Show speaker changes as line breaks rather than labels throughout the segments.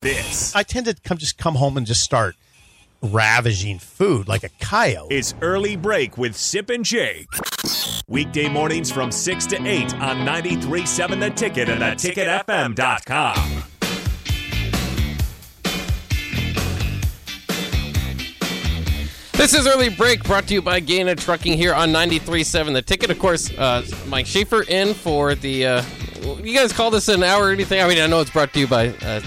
this.
I tend to come just come home and just start ravaging food like a coyote.
It's early break with Sip and Jake. Weekday mornings from 6 to 8 on 93.7 The Ticket and theticketfm.com.
This is Early Break brought to you by Gaina Trucking here on 93.7 The Ticket. Of course, uh, Mike Schaefer in for the. Uh, you guys call this an hour or anything? I mean, I know it's brought to you by uh, uh,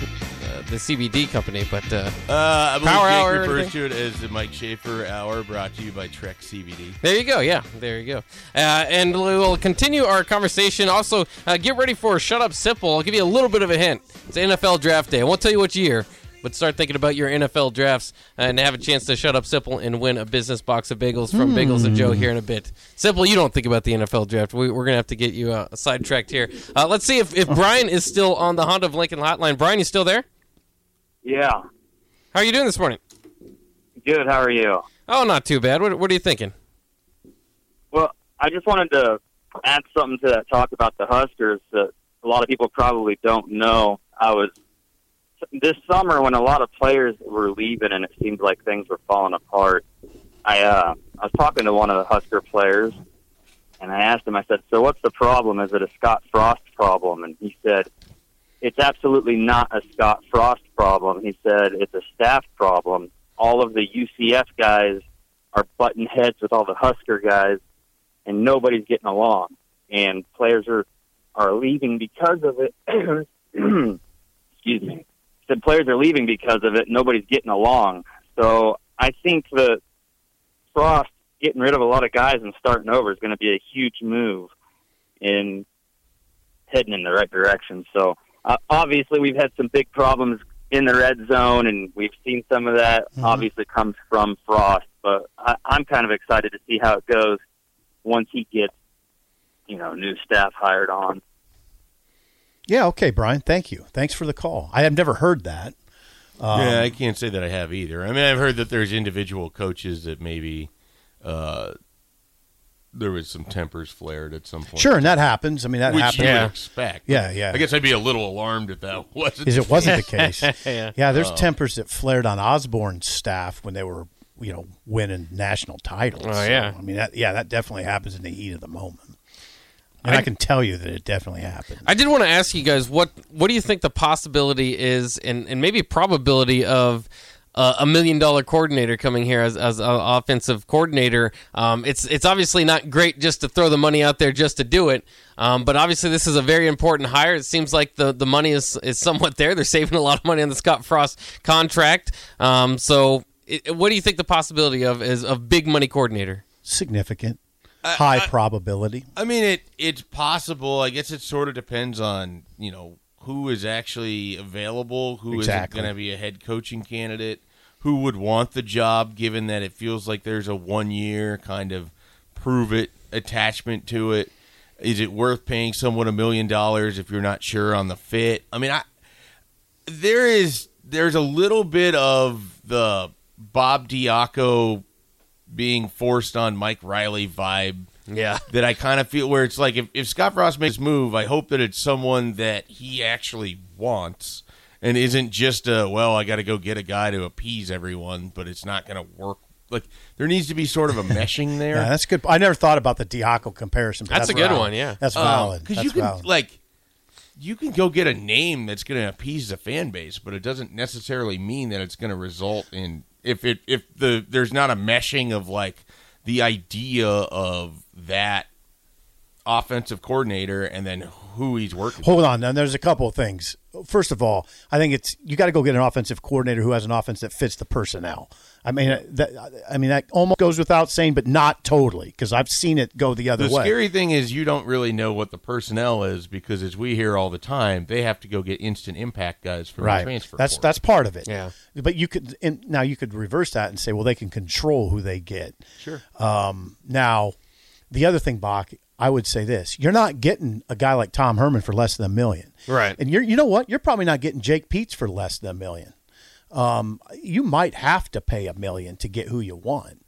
the CBD company, but uh,
Uh, I believe
Power
Jake
hour or
refers to it as the Mike Schaefer Hour, brought to you by Trek CBD.
There you go. Yeah, there you go. Uh, and we will continue our conversation. Also, uh, get ready for Shut Up Simple. I'll give you a little bit of a hint. It's NFL Draft Day. I won't tell you which year, but start thinking about your NFL drafts and have a chance to Shut Up Simple and win a business box of bagels from Bagels and Joe here in a bit. Simple, you don't think about the NFL draft. We, we're going to have to get you uh, sidetracked here. Uh, let's see if, if Brian is still on the Honda of Lincoln hotline. Brian, you still there?
Yeah.
How are you doing this morning?
Good. How are you?
Oh, not too bad. What, what are you thinking?
Well, I just wanted to add something to that talk about the Huskers that a lot of people probably don't know. I was this summer when a lot of players were leaving and it seemed like things were falling apart. I uh, I was talking to one of the Husker players and I asked him. I said, "So what's the problem? Is it a Scott Frost problem?" And he said, "It's absolutely not a Scott Frost problem." He said, "It's a staff problem. All of the UCF guys are button heads with all the Husker guys." and nobody's getting along, and players are are leaving because of it. Excuse me. Said players are leaving because of it. Nobody's getting along. So I think that Frost getting rid of a lot of guys and starting over is going to be a huge move in heading in the right direction. So uh, obviously we've had some big problems in the red zone, and we've seen some of that. Obviously comes from Frost, but I, I'm kind of excited to see how it goes once he gets, you know, new staff hired on.
Yeah, okay, Brian. Thank you. Thanks for the call. I have never heard that.
yeah, I can't say that I have either. I mean, I've heard that there's individual coaches that maybe uh, there was some tempers flared at some point.
Sure, and that happens. I mean, that
which
happens.
you
Yeah.
would expect.
Yeah, yeah.
I guess I'd be a little alarmed if that wasn't.
Is it wasn't the case?
Yeah. Oh.
there's tempers that flared on Osborne's staff when they were, you know, winning national titles.
Oh, yeah.
I mean, that, yeah, that definitely happens in the heat of the moment. And I, can tell you that it definitely happened.
I did want to ask you guys what what do you think the possibility is, and, and maybe probability of uh, a million dollar coordinator coming here as as an offensive coordinator. Um, it's it's obviously not great just to throw the money out there just to do it, um, but obviously this is a very important hire. It seems like the the money is is somewhat there. They're saving a lot of money on the Scott Frost contract. Um, so. It, what do you think the possibility of is of big money coordinator?
Significant, high probability.
I mean, it it's possible. I guess it sort of depends on you know who is actually available, who
Exactly.
not going to be a head coaching candidate, who would want the job, given that it feels like there's a one year kind of prove it attachment to it. Is it worth paying someone a million dollars if you're not sure on the fit? I mean, I there is there's a little bit of the Bob Diaco being forced on Mike Riley vibe
Yeah,
that I kind of feel where it's like if, if Scott Frost makes this move, I hope that it's someone that he actually wants and isn't just a well, I got to go get a guy to appease everyone, but it's not going to work. Like there needs to be sort of a meshing there.
Yeah, that's good. I never thought about the Diaco comparison. But
That's
that's,
a good
valid.
one, yeah. Uh,
that's
Um,
valid. That's
you can
valid.
like you can go get a name that's going to appease the fan base, but it doesn't necessarily mean that it's going to result in if it if the there's not a meshing of like the idea of that offensive coordinator and then who he's working. with.
Hold on. And there's a couple of things. First of all, I think it's you got to go get an offensive coordinator who has an offense that fits the personnel. I mean, uh, that I mean that almost goes without saying, but not totally because I've seen it go the other
The
way.
scary thing is you don't really know what the personnel is because as we hear all the time, they have to go get instant impact guys from the
right.
transfer.
that's
portal.
that's part of it.
Yeah.
But you could and now you could reverse that and say, well, they can control who they get. Sure. Um, now, the other thing, Bach, I would say this: you're not getting a guy like Tom Herman for less than a million.
Right.
And you're you know what? You're probably not getting Jake Peets for less than a million. Um, you might have to pay a million to get who you want.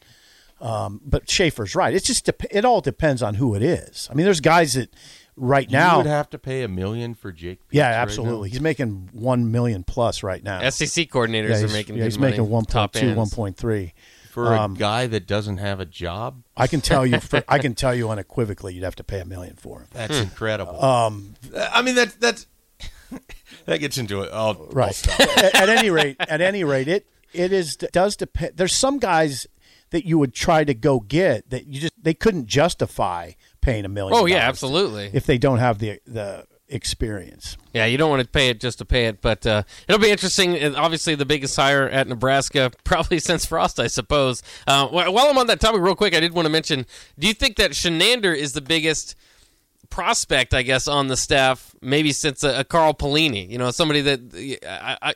Um, but Schaefer's right. It's just dep- it all depends on who it is. I mean, there's guys that right
you
now.
would have to pay a million for Jake. Peets
yeah,
right now.
absolutely. he's making one million plus right now.
SEC E coordinators
yeah,
are
he's,
making.
yeah,
good
he's
money.
making one point
Top
two,
ends.
one point three.
for
Um,
a guy that doesn't have a job.
I can tell you, for, I can tell you unequivocally, you'd have to pay a million for him.
That's incredible. Um, I mean that that's that gets into it. Oh, I'll, I'll
right
stop.
at, at any rate at any rate it it is does depend there's some guys that you would try to go get that you just they couldn't justify paying a million
Oh yeah,
dollars
absolutely.
if they don't have the the experience
Yeah, you don't want to pay it just to pay it, but uh, it'll be interesting. And Obviously, the biggest hire at Nebraska, probably since Frost, I suppose. Uh, wh- while I'm on that topic, real quick, I did want to mention do you think that Shenander is the biggest prospect, I guess, on the staff, maybe since a, a Carl Pelini? You know, somebody that, uh, I, I,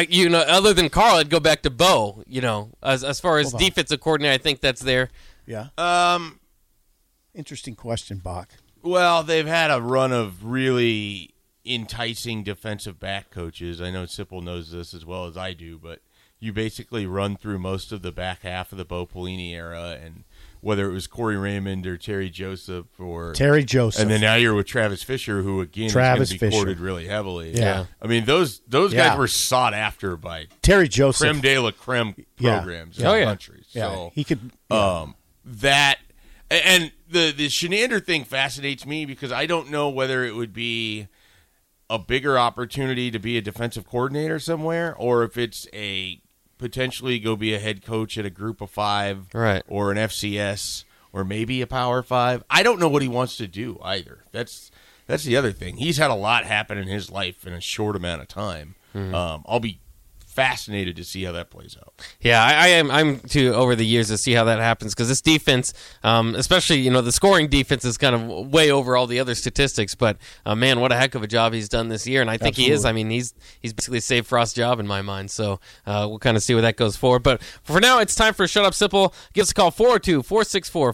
I, you know, other than Carl, I'd go back to Bo, you know, as, as far as defensive coordinator, I think that's there.
yeah
Um,
Uh, interesting question bach
well, they've had a run of really enticing defensive back coaches. I know Sipple knows this as well as I do, but you basically run through most of the back half of the Bo Pelini era, and whether it was Corey Raymond or Terry Joseph or
terry joseph
And then now you're with Travis Fisher, who again
Travis
is going to be
Fisher.
courted really heavily.
Yeah. Yeah.
I mean those those
Yeah.
guys were sought after by
terry joseph
creme de la creme
Yeah.
programs
Yeah.
in
Oh,
the
yeah.
country.
yeah
So
he could
um, that and the the Shenander thing fascinates me because I don't know whether it would be a bigger opportunity to be a defensive coordinator somewhere or if it's a potentially go be a head coach at a group of five
Right.
or an FCS or maybe a power five. I don't know what he wants to do either. That's that's the other thing. He's had a lot happen in his life in a short amount of time. Um, I'll be fascinated to see how that plays out.
Yeah, I, I am. I'm too over the years to see how that happens because this defense, um, especially you know the scoring defense, is kind of way over all the other statistics. But uh, man, what a heck of a job he's done this year, and I think he is. I mean, he's he's basically saved Frost's job in my mind. So uh, we'll kind of see where that goes forward. But for now, it's time for Shut Up Sipple. Give us a call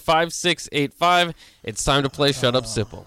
402-464-5685. It's time to play Shut Up Sipple.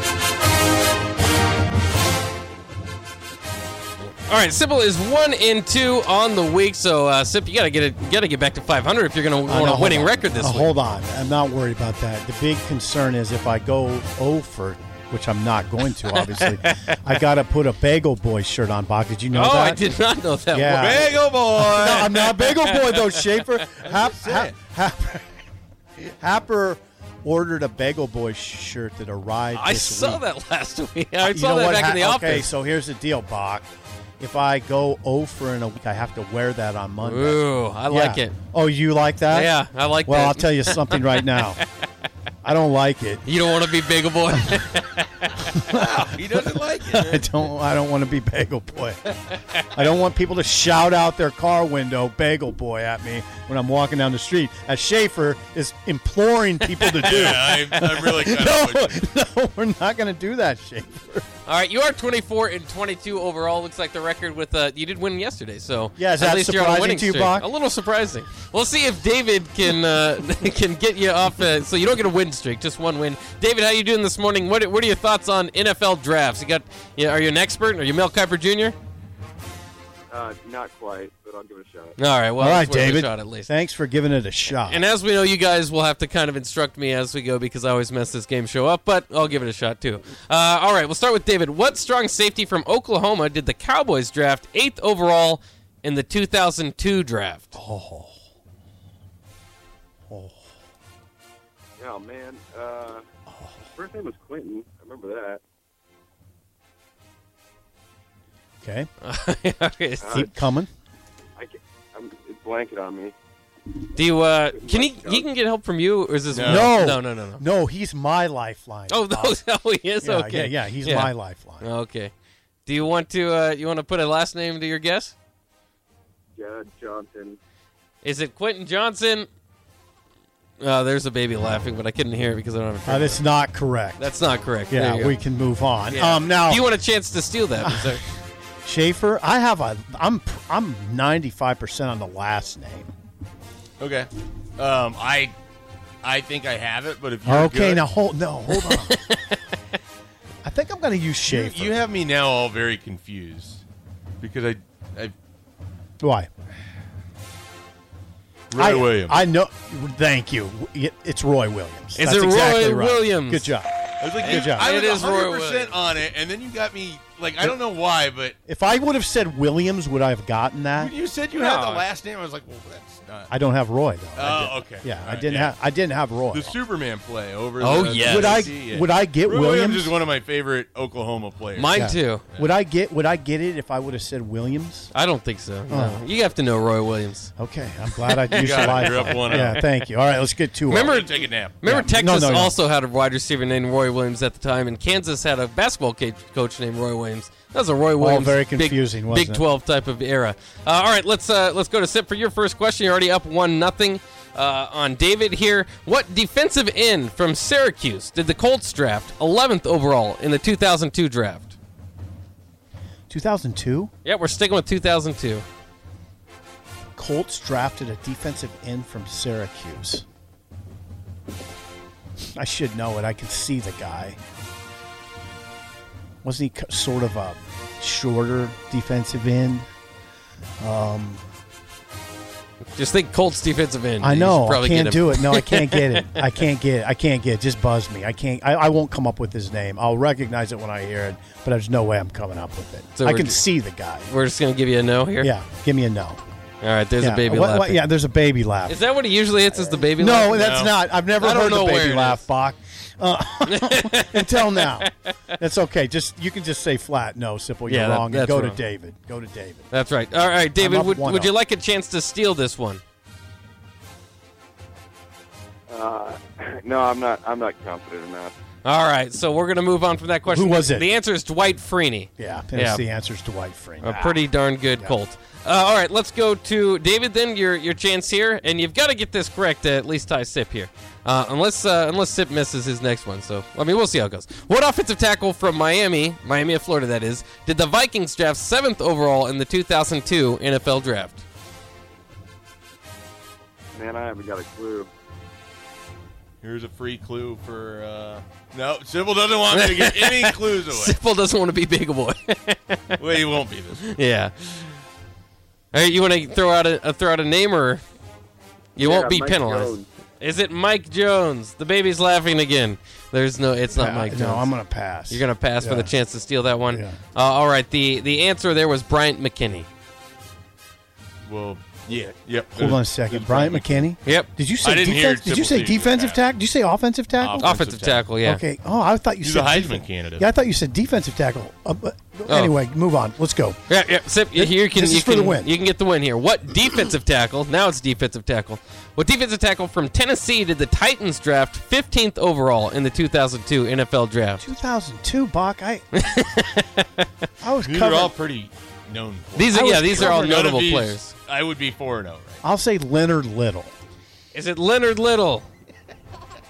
All right, Sipple is one and two on the week. So uh, Sip, you gotta get it, you gotta get back to 500 if you're gonna
I know,
want a
hold
winning
on.
record this
Uh,
week.
Hold on, I'm not worried about that. The big concern is if I go over, which I'm not going to, obviously. I got to put a Bagel Boy shirt on. Bach, did you know
Oh,
that?
I did not know that.
Yeah.
one.
Bagel boy.
No, I'm not Bagel Boy though, Schaefer. Hap, Hap, Happer, Happer ordered a Bagel Boy shirt that arrived.
I
this
saw
week.
that last week. I
You
saw
know
that
what
back in the
hap- Okay,
office.
so here's the deal, Bach. If I go over in a week, I have to wear that on Monday.
Ooh, I like
Yeah.
it.
Oh, you like that?
Yeah, I like
Well,
that.
I'll tell you something right now. I don't like it.
You don't want to be big boy.
He doesn't like it.
I don't. I don't want to be Bagel Boy. I don't want people to shout out their car window "Bagel Boy" at me when I'm walking down the street, as Schaefer is imploring people to do.
Yeah, I, I really kind
No,
of. with you.
no, we're not going to do that, Schaefer.
All right, you are 24 and 22 overall. Looks like the record with uh, you did win yesterday, so
Yeah, is
at
that
least you're on a
surprising
winning
to you,
streak.
Bach?
A little surprising. We'll see if David can uh, can get you off. Uh, so you don't get a win streak, just one win. David, how you doing this morning? What what are your thoughts on NFL drafts? You got? You know, are you an expert? Are you Mel Kiper Jr.?
Uh, not quite, but I'll give it a shot.
All right, well,
All right,
that's worth a
David.
shot at least.
Thanks for giving it a shot.
And as we know, you guys will have to kind of instruct me as we go because I always mess this game show up, but I'll give it a shot too. Uh, all right, we'll start with David. What strong safety from Oklahoma did the Cowboys draft eighth overall in the 2002 draft?
Oh man, uh, first name was Quentin. I remember that.
okay,
Okay, so
keep coming.
I can I'm, it's blanket on me.
do you, uh, can he, he can get help from you, or is this
No.
no, no, no, no?
No, he's my lifeline.
Oh,
Bob.
those, oh, he is
yeah,
okay.
yeah, yeah. He's my lifeline.
Okay. Do you want to uh, you want to put a last name to your guess?
Judd Johnson.
Is it Quentin Johnson? Uh, there's a baby laughing, but I couldn't hear it because I don't have a
Uh,
friend.
that's not correct.
That's not correct. There you
yeah,
go.
we can move on.
Yeah.
Um, now
If you want a chance to steal that. is there-
Schaefer, I have a I'm I'm 95% on the last name.
Okay. Um, I I think I have it, but if you're
Okay,
good-
now hold no, hold on. I think I'm going to use
you,
Schaefer.
you have me now all very confused because I I
Why?
Roy
I,
Williams. I,
I know. Thank you. It's Roy Williams.
Is
That's
it Roy
exactly right.
Williams?
Good job.
was like,
Good job.
I was
It is Roy
100
Williams.
percent on it, and then you got me like I don't know why, but
If I would have said Williams, would I have gotten that?
when you said you had the
No.
last name, I was like, well, that's not.
I don't have Roy though. I
Oh,
did-
okay.
Yeah,
All
I
right,
didn't
yeah.
have. I didn't have Roy.
the Superman play over.
Oh,
the,
yes.
Would I-
DC,
would I get
Roy
Williams?
Is one of my favorite Oklahoma players.
Mine
Yeah.
too.
Would I get? Would I get it if I would have said Williams?
I don't think so. No.
Oh.
You have to know Roy Williams.
Okay, I'm glad I used
got
the
it.
live.
You're up
phone.
one up.
yeah, thank you. All right, let's get to uh, it.
Remember-
Remember, take a nap.
Remember,
Yeah. No,
Texas
no, no.
also had a wide receiver named Roy Williams at the time, and Kansas had a basketball ca- coach named Roy Williams. That was a Roy Williams.
very
Big-
confusing, wasn't
Big
it?
Twelve type of era. Uh, all right, let's uh, let's go to Sip for your first question. You're already up one nothing uh, on David here. What defensive end from Syracuse did the Colts draft 11th overall in the 2002 draft?
2002,
Yeah, we're sticking with 2002.
Colts drafted a defensive end from Syracuse. I should know it. I can see the guy. Wasn't he co- sort of a shorter defensive end?
Just think Colts defensive end.
I
You
know.
should
I
probably get
can't
him.
do it. No, I can't get it. I can't get it. I can't get it. Just buzz me. I can't. I, I won't come up with his name. I'll recognize it when I hear it, but there's no way I'm coming up with it.
So
I
we're
can
d-
see the guy.
We're just gonna give you a no here.
Yeah. Give me a no.
All right. There's
yeah.
a baby
What- what-
laughing.
yeah. There's a baby laugh.
Is that what he usually hits? Is the baby?
no,
laugh?
that's
No.
not. I've never
I don't
heard the
know where
baby
it
laugh,
is.
Bach. Uh, until now, that's okay. Just you can just say flat no, simple. You're
Yeah, that-
wrong. and
that's
go
wrong.
to David. Go to David.
That's right. All right, David,
up
would,
one
would you
up.
like a chance to steal this one?
Uh, no, I'm not. I'm not confident enough.
All right, so we're going to move on from that question.
Who was it?
The answer is Dwight Freeney,
Yeah, that's the answer's Dwight Freeney.
a pretty darn good Colt. Uh, all right, let's go to David then, your your chance here, and you've got to get this correct to at least tie Sip here. Uh, unless uh, unless Sip misses his next one, so I mean we'll see how it goes. What offensive tackle from Miami, Miami of Florida, that is, did the Vikings draft seventh overall in the 2002 NFL draft?
Man, I haven't got a clue.
Here's a free clue for. Uh, no, Sybil doesn't want me to get any clues away.
Sipple doesn't want to be big boy.
Well, he won't be this. one.
Yeah. All right, you want to throw out a, uh, throw out a name, or you
Yeah,
won't be
Mike
penalized.
Jones.
Is it Mike Jones? The baby's laughing again. There's no, it's not
Yeah,
Mike Jones.
no, I'm gonna pass.
You're gonna pass for the
Yeah.
chance to steal that one.
Yeah.
Uh, all right. The the answer there was Bryant McKinney.
Well, yeah, yep.
Hold on a second. Brian McKinney.
Yep.
Did you say
I didn't hear
defense? Did you
Sybil
say
say he was
defensive
bad.
tackle? Did you say offensive tackle?
Offensive
Offensive
tackle.
tackle. Oh, Yeah.
Okay. Oh, I thought you
He's a
said
Heisman
defen-
candidate.
Yeah, I thought you said defensive tackle. Uh, but
Oh.
Anyway, move on. Let's go.
Yeah, yeah. Sip, you- you can,
this is
you
for
can,
the win.
You can get the win here. What defensive tackle? Now it's defensive tackle. What defensive tackle from Tennessee did the Titans draft 15th overall in the 2002 NFL draft?
2002, Bach. I I was
These
covered.
are all pretty known. players.
These
I
are
was
yeah. These are all
covered.
None of
notable
these-
players.
I would be four and zero. Right?
I'll say Leonard Little.
Is it Leonard Little?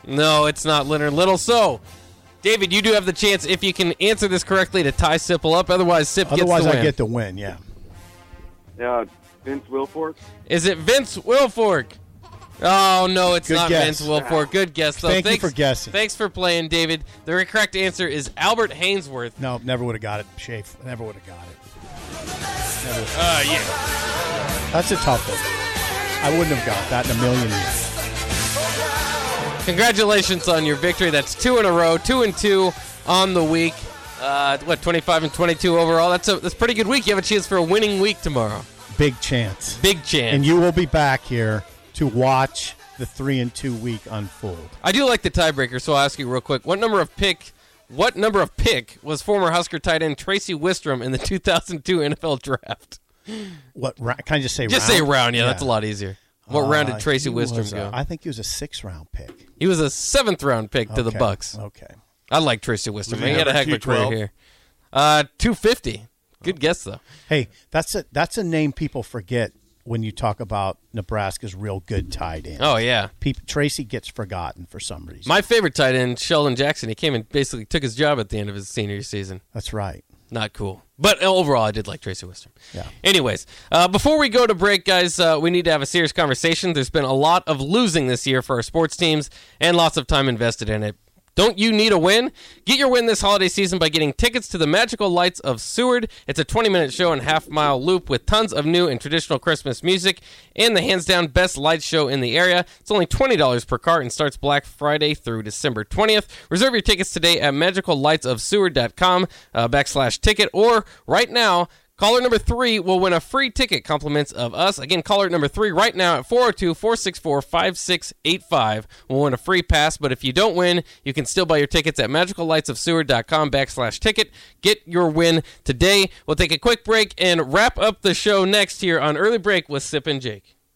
No, it's not Leonard Little. So, David, you do have the chance if you can answer this correctly to tie Sipple up. Otherwise, Sip
Otherwise,
gets the win.
I get the win. Yeah.
Yeah, Vince Wilfork.
Is it Vince Wilfork? Oh no, it's
Good
not
guess.
Vince Wilfork. Good guess though.
Thank you
thanks
for guessing.
Thanks for playing, David. The correct answer is Albert Hainsworth.
No, never would have got it. Shafe. Never would have got it.
Uh, yeah.
That's a tough one. I wouldn't have got that in a million years.
Congratulations on your victory. That's two in a row, two and two on the week. Uh, what, 25 and 22 overall? That's a that's a pretty good week. You have a chance for a winning week tomorrow.
Big chance.
Big chance.
And you will be back here to watch the three and two week unfold.
I do like the tiebreaker, so I'll ask you real quick. What number of pick? What number of pick was former Husker tight end Tracy Wistrom in the 2002 NFL draft?
What ra- can I just say?
Just
round?
say round, yeah, that's a lot easier. What round
Uh,
did Tracy
he
Wistrom
was, uh,
go?
I think he was a six round pick
he was a seventh round pick to the
Okay.
Bucks.
Okay.
I like Tracy Wistrom.
he
He had a
number
heck of a career
212?
here. Uh, 250. Good guess though.
Hey, that's a that's a name people forget. when you talk about Nebraska's real good tight end.
Oh yeah.
People, Tracy gets forgotten for some reason.
My favorite tight end, Sheldon Jackson, he came and basically took his job at the end of his senior season.
That's right.
Not cool. But overall, I did like Tracy Western.
Yeah.
Anyways, uh, before we go to break, guys, uh, we need to have a serious conversation. There's been a lot of losing this year for our sports teams and lots of time invested in it. Don't you need a win? Get your win this holiday season by getting tickets to the Magical Lights of Seward. It's a 20 minute show and half mile loop with tons of new and traditional Christmas music and the hands down best light show in the area. It's only $20 per cart and starts Black Friday through December 20th. Reserve your tickets today at magicallightsofseward.com uh, backslash ticket or right now Caller number three will win a free ticket, compliments of us. Again, caller number three right now at 402 464 5685 will win a free pass. But if you don't win, you can still buy your tickets at magicallightsofseward.com backslash ticket. Get your win today. We'll take a quick break and wrap up the show next here on Early Break with Sip and Jake.